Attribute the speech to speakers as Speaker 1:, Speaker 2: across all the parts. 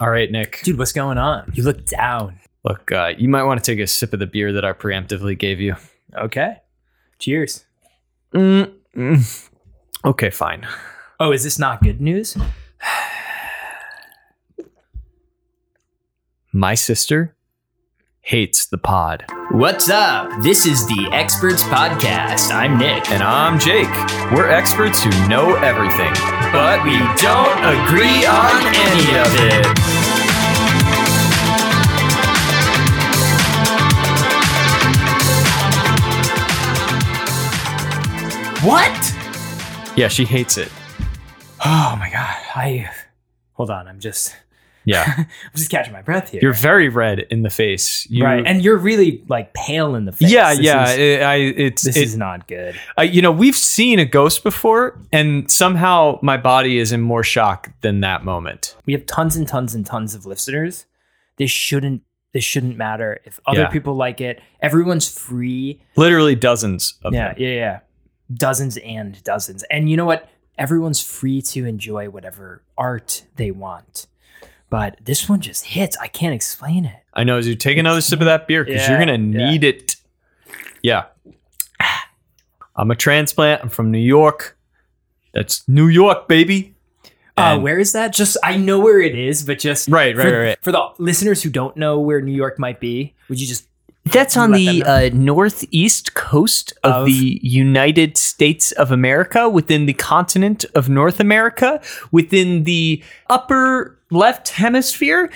Speaker 1: All right, Nick.
Speaker 2: Dude, what's going on? You look down.
Speaker 1: Look, uh, you might want to take a sip of the beer that I preemptively gave you.
Speaker 2: Okay. Cheers.
Speaker 1: Mm, mm. Okay, fine.
Speaker 2: Oh, is this not good news?
Speaker 1: My sister hates the pod.
Speaker 3: What's up? This is the Experts Podcast. I'm Nick,
Speaker 1: And I'm Jake. We're experts who know everything.
Speaker 3: but we don't agree on any of it. What?
Speaker 1: Yeah, she hates it.
Speaker 2: Oh my god. I hold on, I'm just
Speaker 1: Yeah.
Speaker 2: I'm just catching my breath here.
Speaker 1: You're very red in the face. You,
Speaker 2: right. And you're really like pale in the face.
Speaker 1: yeah,
Speaker 2: This
Speaker 1: yeah.
Speaker 2: is-
Speaker 1: it- I, it's,
Speaker 2: this
Speaker 1: it-
Speaker 2: is not good.
Speaker 1: I- you know, we've seen a ghost before, and somehow my body is in more shock than that moment.
Speaker 2: We have tons and tons and tons of listeners. This shouldn't this shouldn't matter if other
Speaker 1: Yeah.
Speaker 2: people like it. Everyone's free.
Speaker 1: Literally dozens of
Speaker 2: Yeah,
Speaker 1: them.
Speaker 2: yeah, yeah. Dozens and dozens. And you know what? Everyone's free to enjoy whatever art they want. But this one just hits. I can't explain it.
Speaker 1: I know. You take another sip of that beer because you're
Speaker 2: Yeah,
Speaker 1: gonna need it. Yeah. I'm a transplant. I'm from New York. That's New York, baby.
Speaker 2: Uh,
Speaker 1: And-
Speaker 2: where is that? Just I know where it is, but just
Speaker 1: Right, right,
Speaker 2: for,
Speaker 1: right, right.
Speaker 2: For the listeners who don't know where New York might be, would you just
Speaker 1: That's
Speaker 2: on Let them the, know.
Speaker 1: uh, northeast coast
Speaker 2: of Of-
Speaker 1: the United States of America, within the continent of North America, within the upper left hemisphere.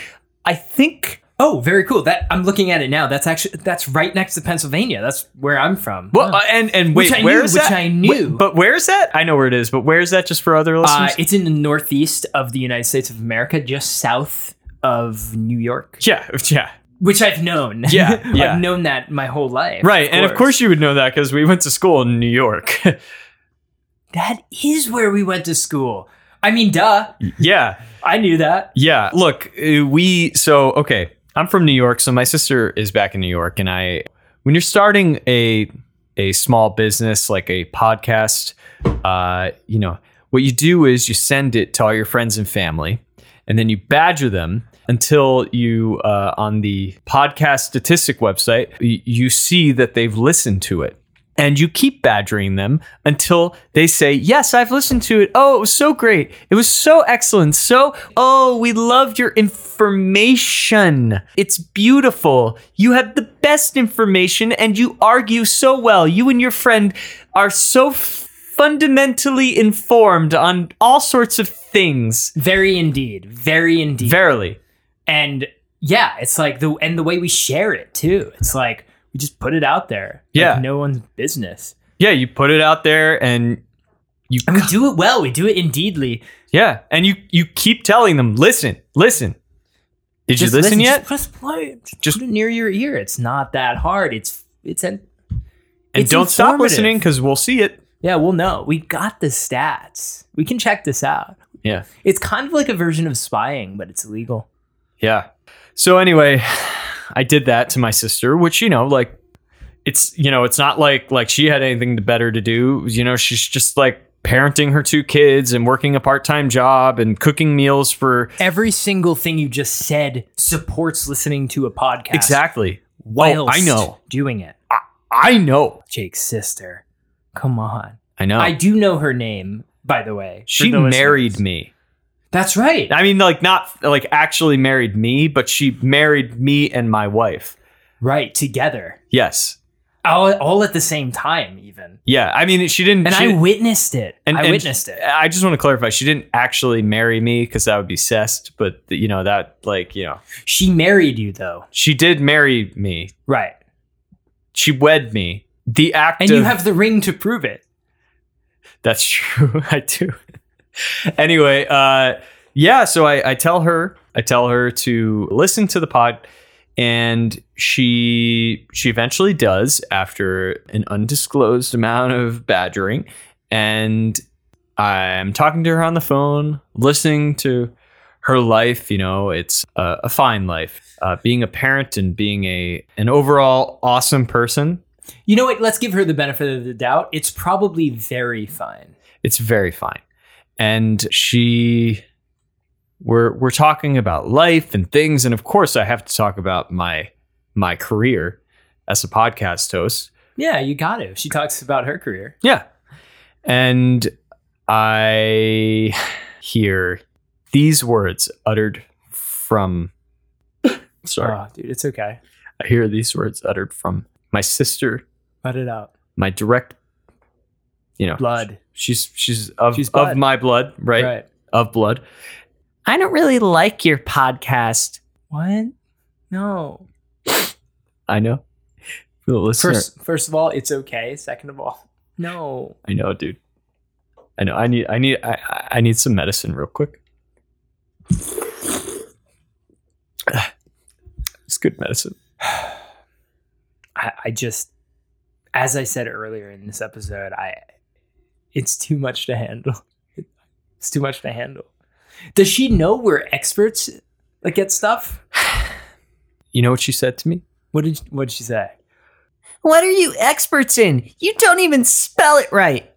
Speaker 1: I think
Speaker 2: Oh, very cool. That I'm looking at it now. That's actually that's right next to Pennsylvania. That's where I'm from.
Speaker 1: Well, uh, and and wait,
Speaker 2: Which I
Speaker 1: where
Speaker 2: knew,
Speaker 1: is
Speaker 2: which
Speaker 1: that?
Speaker 2: I knew.
Speaker 1: Wait, but where is that? I know where it is, but where is that? Just for other
Speaker 2: Uh,
Speaker 1: listeners?
Speaker 2: it's in the northeast of the United States of America, just south of New York,
Speaker 1: yeah, yeah,
Speaker 2: which I've known.
Speaker 1: Yeah, yeah.
Speaker 2: I've known that my whole life.
Speaker 1: right. and of course, you would know that because we went to school in New York.
Speaker 2: that is where we went to school. I mean, duh,
Speaker 1: yeah,
Speaker 2: I knew that.
Speaker 1: yeah. Look, uh, we so okay. I'm from New York, so my sister is back in New York, and I. When you're starting a a small business like a podcast, uh, you know what you do is you send it to all your friends and family, and then you badger them until you uh, on the podcast statistic website y- you see that they've listened to it and you keep badgering them until they say yes i've listened to it oh it was so great it was so excellent so oh we loved your information it's beautiful you have the best information and you argue so well you and your friend are so fundamentally informed on all sorts of things
Speaker 2: Very indeed. Very indeed.
Speaker 1: Verily.
Speaker 2: and yeah, it's like the and the way we share it too. It's like we just put it out there. like
Speaker 1: Yeah.
Speaker 2: no one's business.
Speaker 1: Yeah, you put it out there and you
Speaker 2: And we do it well. We do it indeedly.
Speaker 1: Yeah, and you you keep telling them, "Listen, listen." Did
Speaker 2: Just
Speaker 1: you listen, yet?
Speaker 2: Just press play. Just,
Speaker 1: Just-
Speaker 2: put it near your ear. It's not that hard. It's it's an
Speaker 1: and
Speaker 2: it's
Speaker 1: don't stop
Speaker 2: informative.
Speaker 1: listening cuz we'll see it.
Speaker 2: Yeah, we'll know. We got the stats. We can check this out.
Speaker 1: Yeah.
Speaker 2: It's kind of like a version of spying, but it's legal.
Speaker 1: Yeah. So anyway, I did that to my sister, which you know, like it's you know, it's not like like she had anything better to do. You know, she's just like parenting her two kids and working a part-time job and cooking meals for
Speaker 2: Every single thing you just said supports listening to a podcast.
Speaker 1: Exactly.
Speaker 2: Whilst
Speaker 1: Oh, I know.
Speaker 2: Doing it.
Speaker 1: I know.
Speaker 2: Jake's sister. Come on.
Speaker 1: I know.
Speaker 2: I do know her name, by the way. for
Speaker 1: Oh. she
Speaker 2: the listeners.
Speaker 1: married me.
Speaker 2: That's right.
Speaker 1: I mean, like not like actually married me, but she married me and my wife.
Speaker 2: Right, together.
Speaker 1: Yes.
Speaker 2: All, all at the same time, even.
Speaker 1: Yeah. I mean, she didn't.
Speaker 2: And
Speaker 1: she,
Speaker 2: I witnessed it.
Speaker 1: and-
Speaker 2: I
Speaker 1: and
Speaker 2: witnessed it.
Speaker 1: I just want to clarify. She didn't actually marry me because that would be cessed. But you know that, like, you know,
Speaker 2: She married you, though.
Speaker 1: she did marry me.
Speaker 2: Right.
Speaker 1: She wed me. The act.
Speaker 2: And you
Speaker 1: of-
Speaker 2: have the ring to prove it.
Speaker 1: That's true. I do. anyway, uh, yeah. So I, I tell her, I tell her to listen to the pod, and she she eventually does after an undisclosed amount of badgering, and I'm talking to her on the phone, listening to her life. You know, it's a, a fine life. Uh, being a parent and being a an overall awesome person,
Speaker 2: You know what? Let's give her the benefit of the doubt. It's probably very fine.
Speaker 1: It's very fine. And she we're we're talking about life and things, and of course, I have to talk about my my career as a podcast host.
Speaker 2: Yeah, you got it. She talks about her career.
Speaker 1: Yeah, and I hear these words uttered from. Sorry,
Speaker 2: Oh, dude, it's okay.
Speaker 1: I hear these words uttered from my sister,
Speaker 2: Let it out.
Speaker 1: my direct. You know,
Speaker 2: Blood.
Speaker 1: she's she's of
Speaker 2: She's blood.
Speaker 1: of my blood, right? Of blood. I don't really like your podcast.
Speaker 2: What? No.
Speaker 1: I know. For the listener,
Speaker 2: First, first of all, it's okay. Second of all, no.
Speaker 1: I know, dude. I know. I need. I need. I, I- I need some medicine real quick. It's good medicine.
Speaker 2: I, I just, as I said earlier in this episode, I, it's too much to handle. It's too much to handle. Does she know we're experts like at stuff?
Speaker 1: You know what she said to me?
Speaker 2: What did what did she say?
Speaker 4: What are you experts in? You don't even spell it right.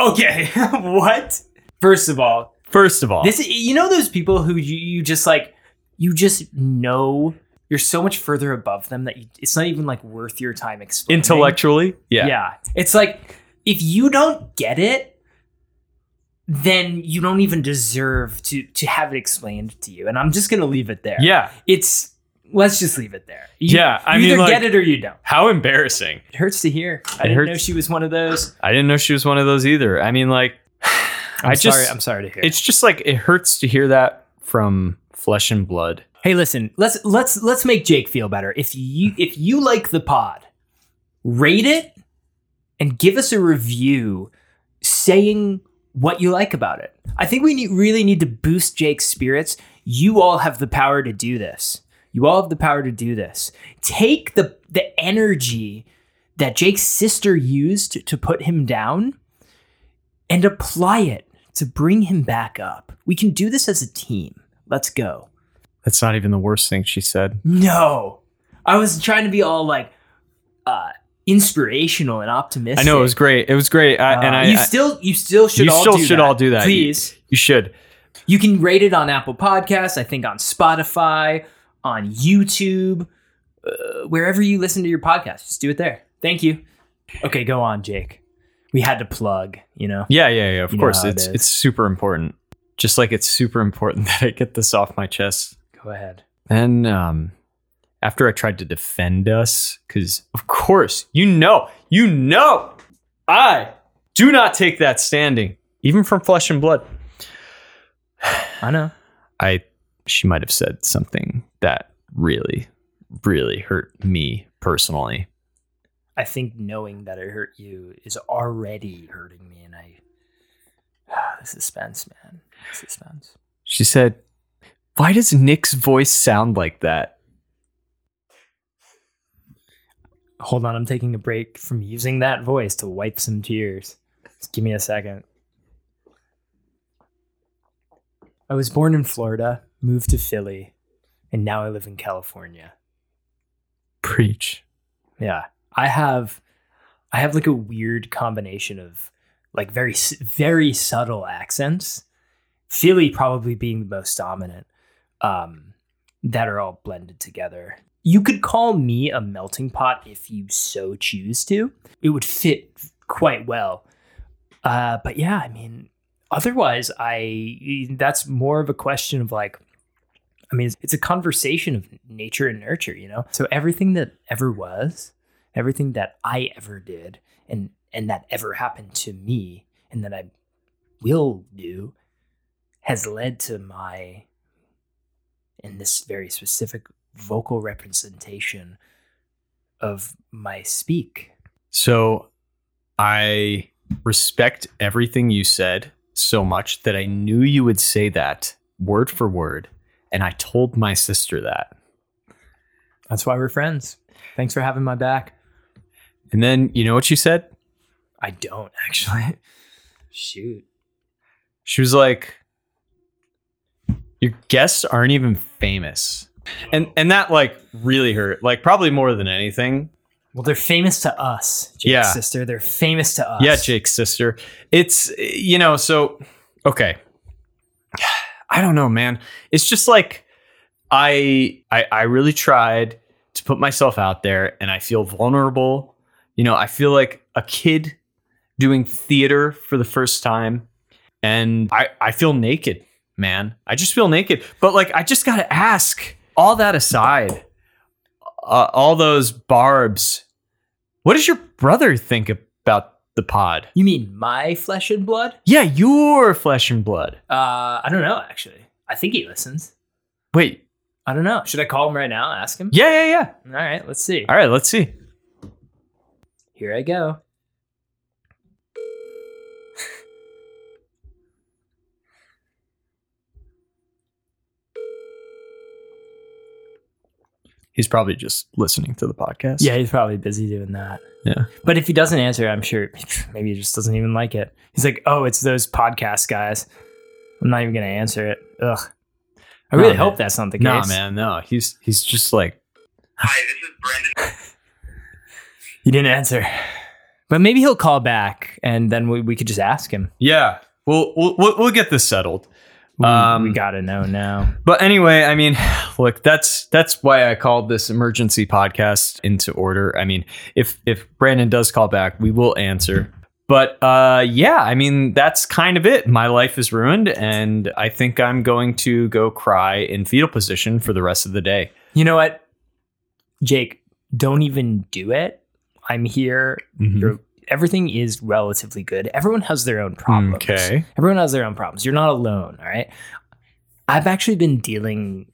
Speaker 2: Okay, what? First of all,
Speaker 1: First of all,
Speaker 2: This you know those people who you, you just like you just know you're so much further above them that you, it's not even like worth your time explaining.
Speaker 1: intellectually, yeah.
Speaker 2: Yeah. It's like if you don't get it, then you don't even deserve to to have it explained to you. And I'm just gonna leave it there.
Speaker 1: Yeah.
Speaker 2: It's let's just leave it there. You-
Speaker 1: Yeah, I
Speaker 2: you
Speaker 1: mean,
Speaker 2: either
Speaker 1: like-
Speaker 2: get it or you don't.
Speaker 1: How embarrassing!
Speaker 2: It hurts to hear. I
Speaker 1: It
Speaker 2: didn't
Speaker 1: hurts.
Speaker 2: know she was one of those.
Speaker 1: I didn't know she was one of those either. I mean, like,
Speaker 2: I'm
Speaker 1: I
Speaker 2: sorry.
Speaker 1: just-
Speaker 2: I'm sorry to hear.
Speaker 1: it's just like it hurts to hear that from flesh and blood.
Speaker 2: Hey, listen, let's let's let's make Jake feel better. If you if you like the pod, rate it and give us a review saying what you like about it. I think we need, really need to boost Jake's spirits. You all have the power to do this. You all have the power to do this. Take the the energy that Jake's sister used to put him down and apply it to bring him back up. We can do this as a team. Let's go.
Speaker 1: That's not even the worst thing she said.
Speaker 2: No. I was trying to be all like uh inspirational and optimistic.
Speaker 1: I know it was great. It was great, I,
Speaker 2: Uh,
Speaker 1: and I
Speaker 2: you
Speaker 1: I-
Speaker 2: still you still should
Speaker 1: You
Speaker 2: all
Speaker 1: still
Speaker 2: do
Speaker 1: should
Speaker 2: that.
Speaker 1: all do that.
Speaker 2: Please.
Speaker 1: you should.
Speaker 2: You can rate it on Apple Podcasts, I think on Spotify, on YouTube, uh, wherever you listen to your podcast. Just do it there. Thank you. Okay, go on, Jake. We had to plug, you know.
Speaker 1: Yeah, yeah, yeah. Of
Speaker 2: You know
Speaker 1: course,
Speaker 2: how it
Speaker 1: it's
Speaker 2: is.
Speaker 1: it's super important. Just like it's super important that I get this off my chest.
Speaker 2: Go ahead.
Speaker 1: Then, um, after I tried to defend us, because of course you know, you know, I do not take that standing, even from flesh and blood.
Speaker 2: I know.
Speaker 1: I she might have said something that really, really hurt me personally.
Speaker 2: I think knowing that it hurt you is already hurting me and I the suspense, man. The suspense.
Speaker 1: She said, "Why does Nick's voice sound like that?"
Speaker 2: Hold on, I'm taking a break from using that voice to wipe some tears. Just give me a second. I was born in Florida, moved to Philly, and now I live in California.
Speaker 1: Preach.
Speaker 2: Yeah. I have I have like a weird combination of like very s- very subtle accents. Philly probably being the most dominant um that are all blended together. You could call me a melting pot if you so choose to. It would fit quite well. Uh but yeah, I mean otherwise I that's more of a question of like I mean, it's, it's a conversation of nature and nurture, you know? So everything that ever was, everything that I ever did and and that ever happened to me and that I will do has led to my in this very specific vocal representation of my speak.
Speaker 1: So I respect everything you said so much that I knew you would say that word for word. And I told my sister that.
Speaker 2: That's why we're friends. Thanks for having my back.
Speaker 1: And then you know what she said?
Speaker 2: I don't actually. Shoot.
Speaker 1: She was like, Your guests aren't even famous. And and that like really hurt. Like probably more than anything.
Speaker 2: Well, they're famous to us, Jake's
Speaker 1: Yeah.
Speaker 2: sister. They're famous to us.
Speaker 1: Yeah, Jake's sister. It's you know, so okay. I don't know, man. It's just like I I I really tried to put myself out there and I feel vulnerable. You know, I feel like a kid doing theater for the first time and I I feel naked, man. I just feel naked. But like I just got to ask all that aside, uh, all those barbs. What does your brother think about the pod?
Speaker 2: You mean my flesh and blood?
Speaker 1: Yeah, your flesh and blood.
Speaker 2: Uh, I don't know, actually. I think he listens.
Speaker 1: Wait.
Speaker 2: I don't know. Should I call him right now? Ask him?
Speaker 1: Yeah, yeah, yeah.
Speaker 2: All right, let's see.
Speaker 1: All right, let's see.
Speaker 2: Here I go.
Speaker 1: He's probably just listening to the podcast.
Speaker 2: Yeah, he's probably busy doing that.
Speaker 1: Yeah.
Speaker 2: But if he doesn't answer, I'm sure maybe he just doesn't even like it. He's like, oh, it's those podcast guys. I'm not even going to answer it. Ugh. I
Speaker 1: Nah,
Speaker 2: really
Speaker 1: man.
Speaker 2: hope that's not the case.
Speaker 1: No, man, no. He's he's just like
Speaker 3: Hi, this is Brandon.
Speaker 2: He didn't answer. But maybe he'll call back and then we, we could just ask him.
Speaker 1: yeah. We'll we'll we'll we'll get this settled.
Speaker 2: We-
Speaker 1: Um,
Speaker 2: we got to know now.
Speaker 1: But anyway, I mean, look, that's that's why I called this emergency podcast into order. I mean, if if Brandon does call back, we will answer. But uh, yeah, I mean, that's kind of it. My life is ruined, and I think I'm going to go cry in fetal position for the rest of the day.
Speaker 2: You know what? Jake, don't even do it. I'm here.
Speaker 1: Mm-hmm.
Speaker 2: You're, everything is relatively good. Everyone has their own problems.
Speaker 1: Okay.
Speaker 2: Everyone has their own problems. You're not alone, all right? I've actually been dealing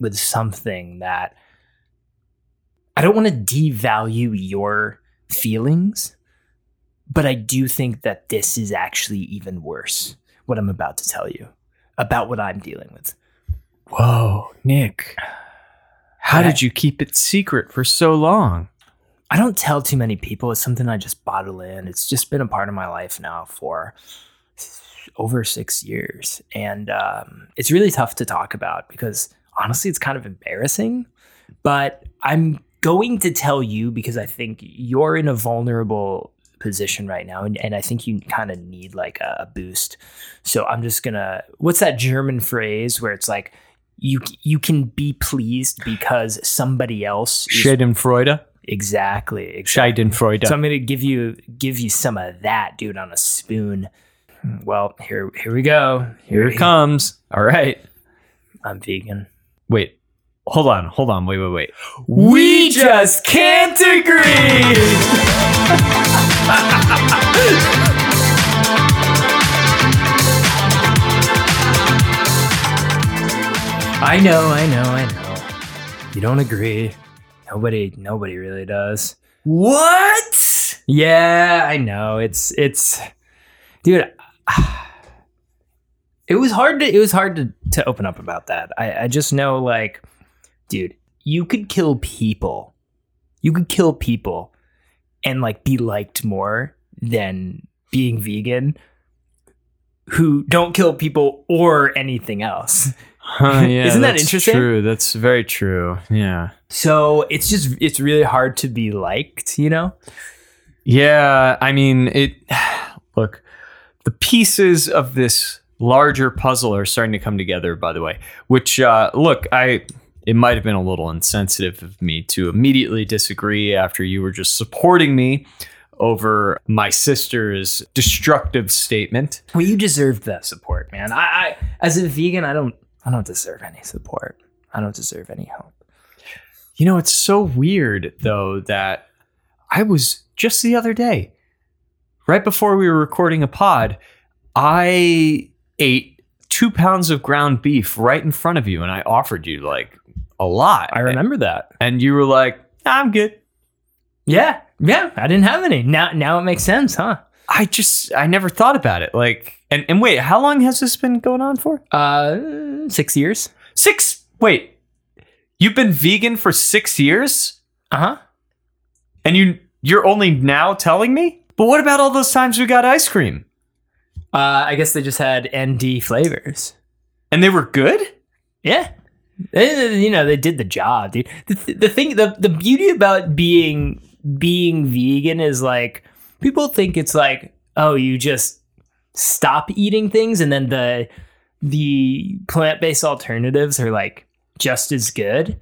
Speaker 2: with something that I don't want to devalue your feelings, but I do think that this is actually even worse, what I'm about to tell you about what I'm dealing with.
Speaker 1: Whoa, Nick. How
Speaker 2: Yeah.
Speaker 1: did you keep it secret for so long?
Speaker 2: I don't tell too many people. It's something I just bottle in. It's just been a part of my life now for over six years. And um, it's really tough to talk about because honestly, it's kind of embarrassing. But I'm going to tell you because I think you're in a vulnerable position right now. And, and I think you kind of need like a, a boost. So I'm just going to, what's that German phrase where it's like, you, you can be pleased because somebody else is
Speaker 1: Schadenfreude.
Speaker 2: Exactly. ex-
Speaker 1: Schadenfreude.
Speaker 2: So I'm gonna give you give you some of that, dude, on a spoon. Well, here here we go.
Speaker 1: Here it comes. All right.
Speaker 2: I'm vegan.
Speaker 1: Wait. Hold on. Hold on. Wait, wait, wait.
Speaker 2: We just can't agree. I know, I know, I know. You don't agree. Nobody nobody really does.
Speaker 4: What?
Speaker 2: Yeah, I know. It's it's dude it was hard to it was hard to, to open up about that. I, I just know like dude, you could kill people. You could kill people and like be liked more than being vegan who don't kill people or anything else.
Speaker 1: Huh, yeah,
Speaker 2: Isn't that
Speaker 1: that's
Speaker 2: interesting?
Speaker 1: True. That's very true. Yeah.
Speaker 2: So it's just it's really hard to be liked, you know?
Speaker 1: Yeah. I mean, it. Look, the pieces of this larger puzzle are starting to come together. By the way, which uh, look, I it might have been a little insensitive of me to immediately disagree after you were just supporting me over my sister's destructive statement.
Speaker 2: Well, you deserved that support, man. I, I as a vegan, I don't I don't deserve any support. I don't deserve any help.
Speaker 1: You know, it's so weird though that I was just the other day, right before we were recording a pod, I ate two pounds of ground beef right in front of you, and I offered you like a lot.
Speaker 2: I remember that.
Speaker 1: and you were like, "I'm good."
Speaker 2: Yeah. Yeah. I didn't have any. Now now it makes sense, huh?
Speaker 1: I just I never thought about it. Like, and and wait, how long has this been going on for?
Speaker 2: Uh six years.
Speaker 1: Six. Wait, you've been vegan for six years,
Speaker 2: Uh-huh.
Speaker 1: and you you're only now telling me. But what about all those times we got ice cream?
Speaker 2: Uh I guess they just had ND flavors.
Speaker 1: And they were good?
Speaker 2: Yeah. They- you know, they did the job, dude. The, th- the thing the the beauty about being being vegan is like people think it's like, oh, you just stop eating things and then the the plant-based alternatives are like just as good.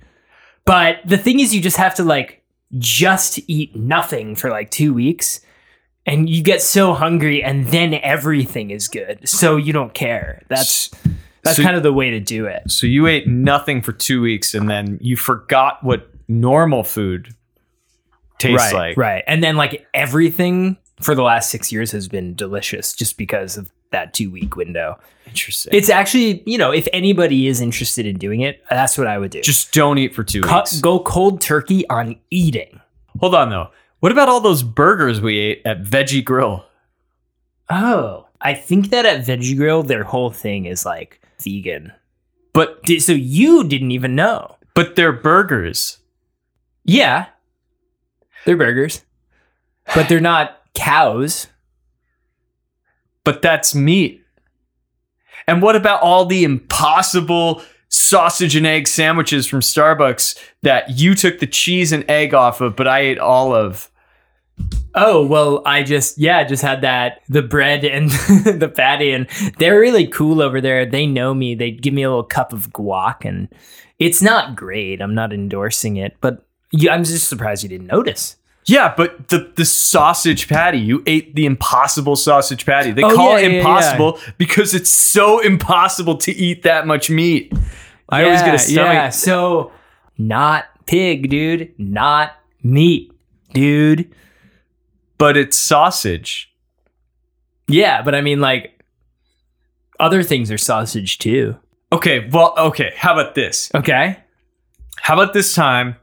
Speaker 2: But the thing is you just have to like just eat nothing for like 2 weeks and you get so hungry and then everything is good. So you don't care. That's that's
Speaker 1: So-
Speaker 2: kind of the way to do it.
Speaker 1: So you ate nothing for two weeks and then you forgot what normal food tastes
Speaker 2: right,
Speaker 1: like.
Speaker 2: Right. And then like everything for the last six years has been delicious just because of that two week window.
Speaker 1: Interesting.
Speaker 2: It's actually, you know, if anybody is interested in doing it, that's what I would do.
Speaker 1: Just don't eat for two
Speaker 2: Cut,
Speaker 1: weeks.
Speaker 2: go cold turkey on eating.
Speaker 1: Hold on though. What about all those burgers we ate at Veggie Grill?
Speaker 2: Oh. I think that at Veggie Grill, their whole thing is like vegan.
Speaker 1: But
Speaker 2: Di- So you didn't even know.
Speaker 1: but they're burgers.
Speaker 2: Yeah. They're burgers, but they're not cows.
Speaker 1: But that's meat. And what about all the impossible sausage and egg sandwiches from Starbucks that you took the cheese and egg off of, but I ate all of?
Speaker 2: Oh, well, I just, yeah, I just had that, the bread and the patty, and they're really cool over there. They know me. They give me a little cup of guac, and it's not great. I'm not endorsing it, but yeah, I'm just surprised you didn't notice.
Speaker 1: Yeah, but the the sausage patty, you ate the impossible sausage patty. They
Speaker 2: Oh,
Speaker 1: call
Speaker 2: yeah,
Speaker 1: it
Speaker 2: yeah,
Speaker 1: impossible because it's so impossible to eat that much meat. I always get a stomach.
Speaker 2: Yeah, so not pig, dude. Not meat, dude.
Speaker 1: But it's sausage.
Speaker 2: Yeah, but I mean, like, other things are sausage too.
Speaker 1: Okay, well, okay. How about this?
Speaker 2: Okay.
Speaker 1: How about this time?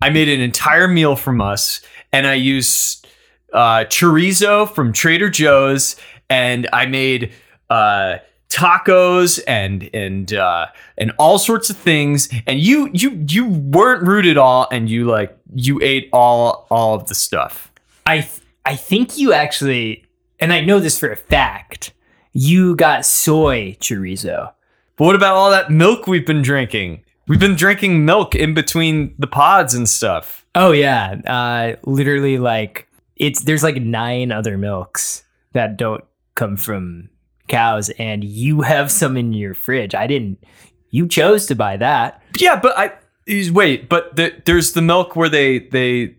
Speaker 1: I made an entire meal from us, and I used uh, chorizo from Trader Joe's, and I made uh, tacos and and uh, and all sorts of things. And you you you weren't rude at all, and you like you ate all all of the stuff.
Speaker 2: I th- I think you actually, and I know this for a fact. You got soy chorizo.
Speaker 1: But what about all that milk we've been drinking? We've been drinking milk in between the pods and stuff.
Speaker 2: Oh yeah, uh, literally like it's there's like nine other milks that don't come from cows, and you have some in your fridge. I didn't. You chose to buy that.
Speaker 1: Yeah, but I is- wait, but the, there's the milk where they they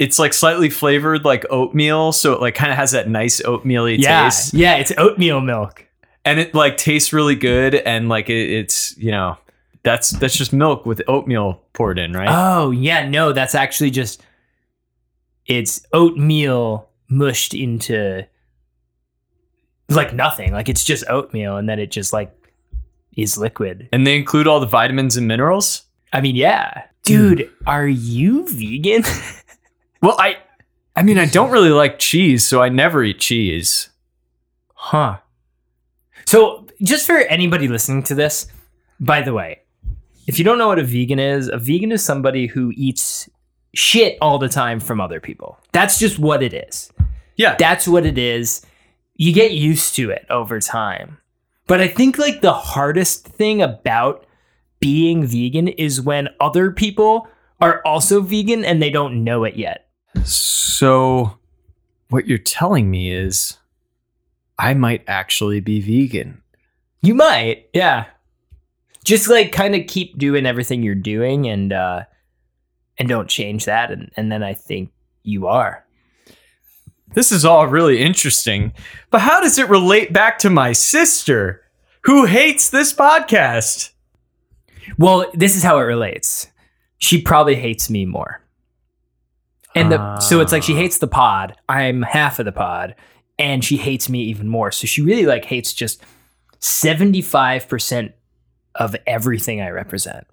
Speaker 1: it's like slightly flavored like oatmeal, so it like kind of has that nice oatmeal-y
Speaker 2: yeah,
Speaker 1: taste,
Speaker 2: yeah, it's oatmeal milk.
Speaker 1: and it like tastes really good, and like it, it's you know that's that's just milk with oatmeal poured in, right?
Speaker 2: Oh yeah, no, that's actually just it's oatmeal mushed into like nothing. Like it's just oatmeal, and then it just like is liquid.
Speaker 1: and they include all the vitamins and minerals.
Speaker 2: I mean, yeah, dude, are you vegan?
Speaker 1: Well, I I mean I don't really like cheese, so I never eat cheese.
Speaker 2: huh. So, just for anybody listening to this, by the way, if you don't know what a vegan is, a vegan is somebody who eats shit all the time from other people. That's just what it is.
Speaker 1: Yeah,
Speaker 2: that's what it is. You get used to it over time. But I think like the hardest thing about being vegan is when other people are also vegan and they don't know it yet.
Speaker 1: So, what you're telling me is I might actually be vegan.
Speaker 2: You might, yeah. Just like kind of keep doing everything you're doing and uh and don't change that and, and then I think you are.
Speaker 1: This is all really interesting, but how does it relate back to my sister who hates this podcast?
Speaker 2: Well, this is how it relates. She probably hates me more. And the, so it's like she hates the pod. I'm half of the pod, and she hates me even more. So she really like hates just 75% of everything I represent.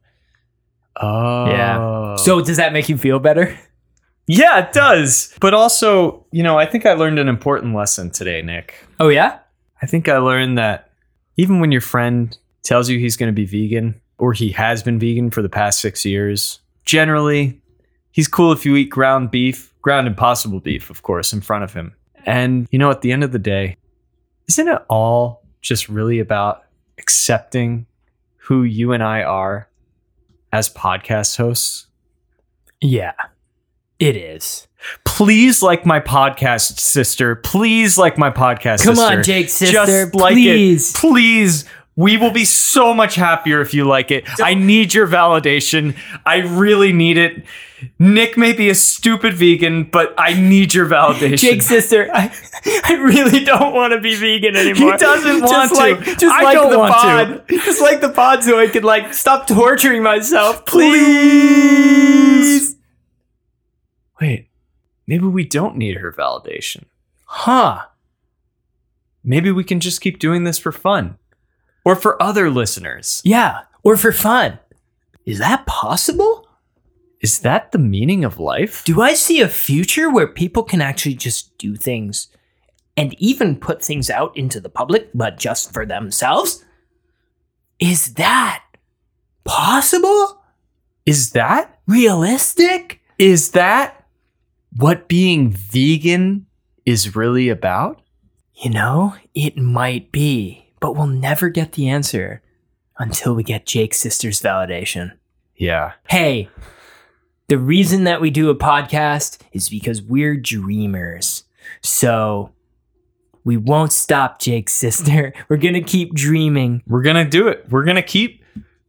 Speaker 1: Oh.
Speaker 2: Yeah. So does that make you feel better?
Speaker 1: yeah, it does. But also, you know, I think I learned an important lesson today, Nick.
Speaker 2: Oh yeah?
Speaker 1: I think I learned that even when your friend tells you he's going to be vegan or he has been vegan for the past six years, generally, he's cool if you eat ground beef, ground impossible beef, of course, in front of him. And, you know, at the end of the day, isn't it all just really about accepting who you and I are as podcast hosts?
Speaker 2: Yeah. It is.
Speaker 1: Please like my podcast, sister. Please like my podcast,
Speaker 2: Come
Speaker 1: sister.
Speaker 2: on, Jake sister.
Speaker 1: Just like
Speaker 2: please.
Speaker 1: it. Please We will be so much happier if you like it. I need your validation. I really need it. Nick may be a stupid vegan, but I need your validation.
Speaker 2: Jake's sister, I, I really don't want to be vegan anymore.
Speaker 1: He doesn't
Speaker 2: Just
Speaker 1: want to.
Speaker 2: Like, just
Speaker 1: I
Speaker 2: like
Speaker 1: don't
Speaker 2: the
Speaker 1: want to.
Speaker 2: pod. Just like the pod, so I could like stop torturing myself, please.
Speaker 1: Wait, maybe we don't need her validation.
Speaker 2: Huh.
Speaker 1: Maybe we can just keep doing this for fun or for other listeners.
Speaker 2: Yeah, or for fun. Is that possible?
Speaker 1: Is that the meaning of life?
Speaker 2: Do I see a future where people can actually just do things and even put things out into the public, but just for themselves? Is that possible?
Speaker 1: Is that?
Speaker 2: Realistic?
Speaker 1: Is that what being vegan is really about?
Speaker 2: You know, it might be, but we'll never get the answer until we get Jake's sister's validation.
Speaker 1: Yeah.
Speaker 2: Hey, the reason that we do a podcast is because we're dreamers. So we won't stop, Jake's sister. We're going to keep dreaming.
Speaker 1: We're going to do it. We're going to keep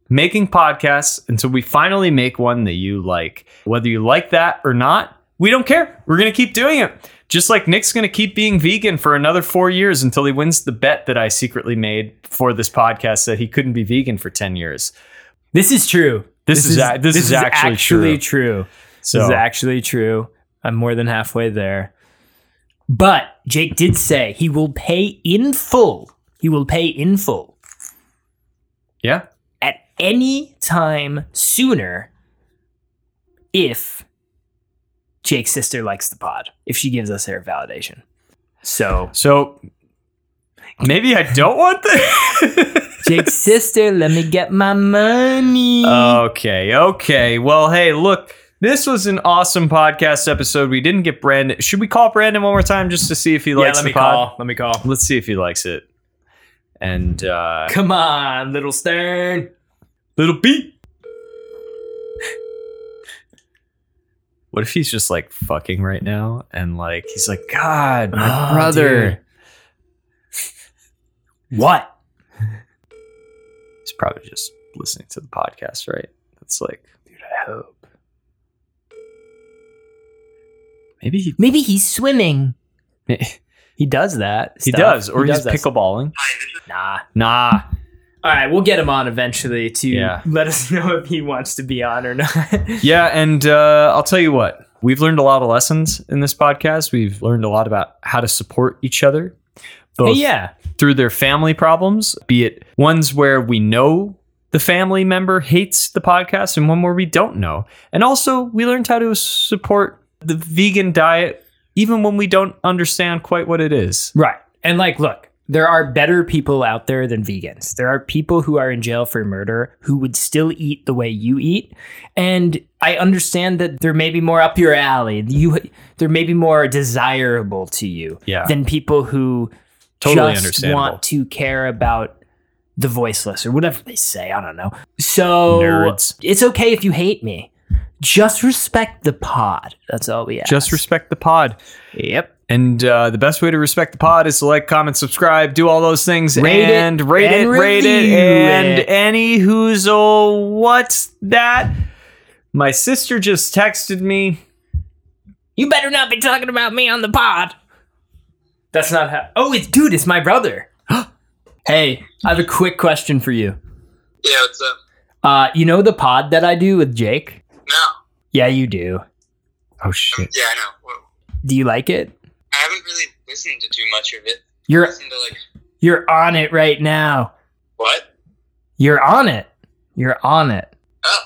Speaker 1: making podcasts until we finally make one that you like. Whether you like that or not, we don't care. We're going to keep doing it. Just like Nick's going to keep being vegan for another four years until he wins the bet that I secretly made for this podcast that he couldn't be vegan for 10 years.
Speaker 2: This is true.
Speaker 1: This is a- this is actually
Speaker 2: actually
Speaker 1: true.
Speaker 2: true.
Speaker 1: So,
Speaker 2: This is actually true. I'm more than halfway there. But Jake did say he will pay in full. He will pay in full
Speaker 1: yeah.
Speaker 2: at any time sooner if Jake's sister likes the pod, if she gives us her validation. So,
Speaker 1: So maybe I don't want this.
Speaker 2: Jake's sister, let me get my money.
Speaker 1: Okay, okay. Well, hey, look, this was an awesome podcast episode. We didn't get Brandon. Should we call Brandon one more time just to see if he likes the pod?
Speaker 2: Let me call.
Speaker 1: Let's see if he likes it. And uh
Speaker 2: Come on, little Stern.
Speaker 1: little beat. What if he's just like fucking right now and like he's like, God, my
Speaker 2: Oh,
Speaker 1: brother.
Speaker 2: What?
Speaker 1: He's probably just listening to the podcast, right? That's like, dude, I hope. Maybe he
Speaker 2: Maybe he's swimming. He does that.
Speaker 1: He
Speaker 2: stuff.
Speaker 1: does, or he's
Speaker 2: that
Speaker 1: pickleballing.
Speaker 2: stuff. Nah.
Speaker 1: Nah,
Speaker 2: All right, we'll get him on eventually to
Speaker 1: Yeah.
Speaker 2: let us know if he wants to be on or not.
Speaker 1: yeah, and uh, I'll tell you what, we've learned a lot of lessons in this podcast. We've learned a lot about how to support each other, both
Speaker 2: yeah.
Speaker 1: through their family problems, be it ones where we know the family member hates the podcast, and one where we don't know. And also, we learned how to support the vegan diet, even when we don't understand quite what it is.
Speaker 2: Right. And like, look, there are better people out there than vegans. There are people who are in jail for murder who would still eat the way you eat. And I understand that there may be more up your alley. You there may be more desirable to you
Speaker 1: Yeah.
Speaker 2: than people who
Speaker 1: Totally
Speaker 2: just
Speaker 1: understandable.
Speaker 2: want to care about the voiceless or whatever they say. I don't know. So
Speaker 1: Nerds.
Speaker 2: it's okay if you hate me. Just respect the pod. That's all we ask.
Speaker 1: Just respect the pod.
Speaker 2: yep.
Speaker 1: And uh, the best way to respect the pod is to like, comment, subscribe, do all those things,
Speaker 2: Rate it
Speaker 1: and rate
Speaker 2: and
Speaker 1: it, rate it,
Speaker 2: review
Speaker 1: and
Speaker 2: it.
Speaker 1: any who's oh, what's that? My sister just texted me.
Speaker 2: You better not be talking about me on the pod. That's not how. Oh, it's dude, it's my brother. hey, I have a quick question for you.
Speaker 5: Yeah, what's up?
Speaker 2: Uh, you know the pod that I do with Jake?
Speaker 5: No.
Speaker 2: Yeah, you do.
Speaker 1: Oh shit!
Speaker 5: Yeah, I know. Well,
Speaker 2: Do you like it?
Speaker 5: I haven't really listened to too much of it. I
Speaker 2: You're
Speaker 5: listened to like
Speaker 2: you're on it right now.
Speaker 5: what?
Speaker 2: You're on it. You're on it.
Speaker 5: Oh,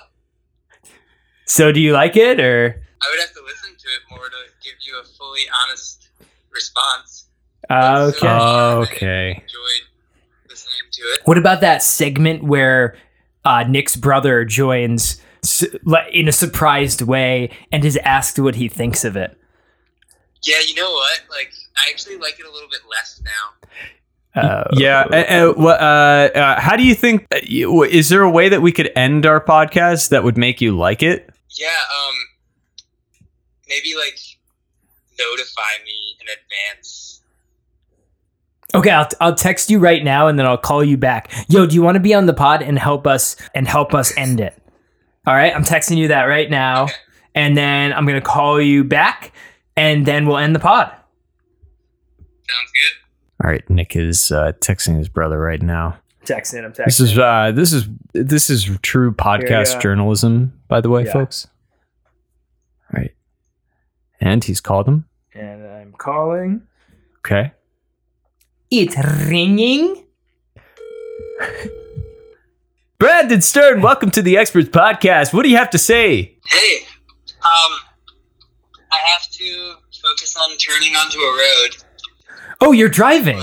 Speaker 2: So do you like it or
Speaker 5: I would have to listen to it more to give you a fully honest response.
Speaker 2: uh, okay?
Speaker 5: Uh,
Speaker 1: Okay.
Speaker 5: Enjoyed listening to it.
Speaker 2: what about that segment where uh, Nick's brother joins su- like, in a surprised way and is asked what he thinks of it?
Speaker 5: Yeah, you know what? Like, I actually like it a little bit less now.
Speaker 2: Uh,
Speaker 1: Yeah. Uh, uh, wha- uh, uh, how do you think? uh, you- Is there a way that we could end our podcast that would make you like it?
Speaker 5: Yeah. Um. Maybe like notify me in advance.
Speaker 2: Okay, I'll, I'll text you right now and then I'll call you back. Yo, do you want to be on the pod and help us and help us end it? All right, I'm texting you that right now, and then I'm gonna call you back, and then we'll end the pod.
Speaker 5: Sounds good.
Speaker 1: All right, Nick is uh, texting his brother right now.
Speaker 2: Texting, I'm texting.
Speaker 1: This is uh, this is this is true podcast
Speaker 2: Yeah.
Speaker 1: journalism, by the way,
Speaker 2: Yeah.
Speaker 1: folks. All right, and he's called him.
Speaker 2: and I'm calling.
Speaker 1: Okay,
Speaker 2: It's ringing.
Speaker 1: Brandon Stern, welcome to the Experts Podcast. What do you have to say?
Speaker 5: Hey, um, I have to focus on turning onto a road.
Speaker 2: Oh, you're driving.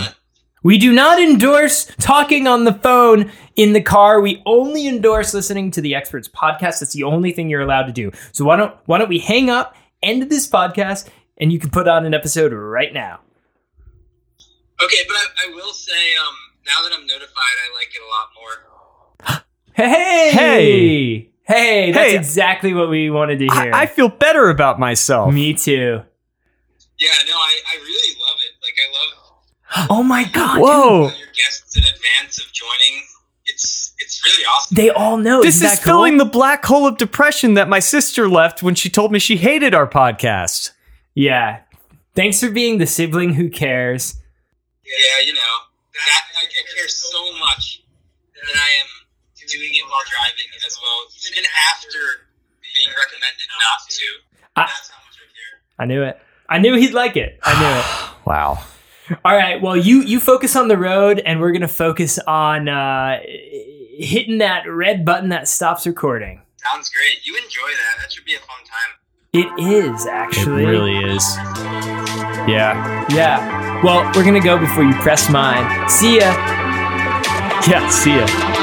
Speaker 2: We do not endorse talking on the phone in the car. We only endorse listening to the experts podcast. That's the only thing you're allowed to do. So why don't why don't we hang up, end this podcast, and you can put on an episode right now.
Speaker 5: Okay, but I, I will say, um, now that I'm notified, I like it a lot more.
Speaker 2: Hey,
Speaker 1: Hey.
Speaker 2: hey, that's
Speaker 1: Hey.
Speaker 2: exactly what we wanted to hear.
Speaker 1: I, I feel better about myself.
Speaker 2: Me too.
Speaker 5: Yeah, no, I, I really love it. Like, I love
Speaker 2: Oh my god,
Speaker 1: Whoa,
Speaker 5: all your guests in advance of joining. It's it's really awesome.
Speaker 2: they all know.
Speaker 1: this
Speaker 2: Isn't
Speaker 1: is
Speaker 2: that cool?
Speaker 1: filling the black hole of depression that my sister left when she told me she hated our podcast.
Speaker 2: Yeah. Thanks for being the sibling who cares.
Speaker 5: Yeah, you know, that I, I care so much that I am doing it while driving as well, even after being recommended not to.
Speaker 2: I-
Speaker 5: That's how much I care.
Speaker 2: I knew it. I knew he'd like it. I knew it.
Speaker 1: Wow.
Speaker 2: All right. Well, you you focus on the road, and we're gonna focus on uh, hitting that red button that stops recording.
Speaker 5: Sounds great. You enjoy that. That should be a fun time.
Speaker 2: It is actually.
Speaker 1: It really is. Yeah.
Speaker 2: Yeah. Well, we're gonna go before you press mine. See ya.
Speaker 1: Yeah. See ya.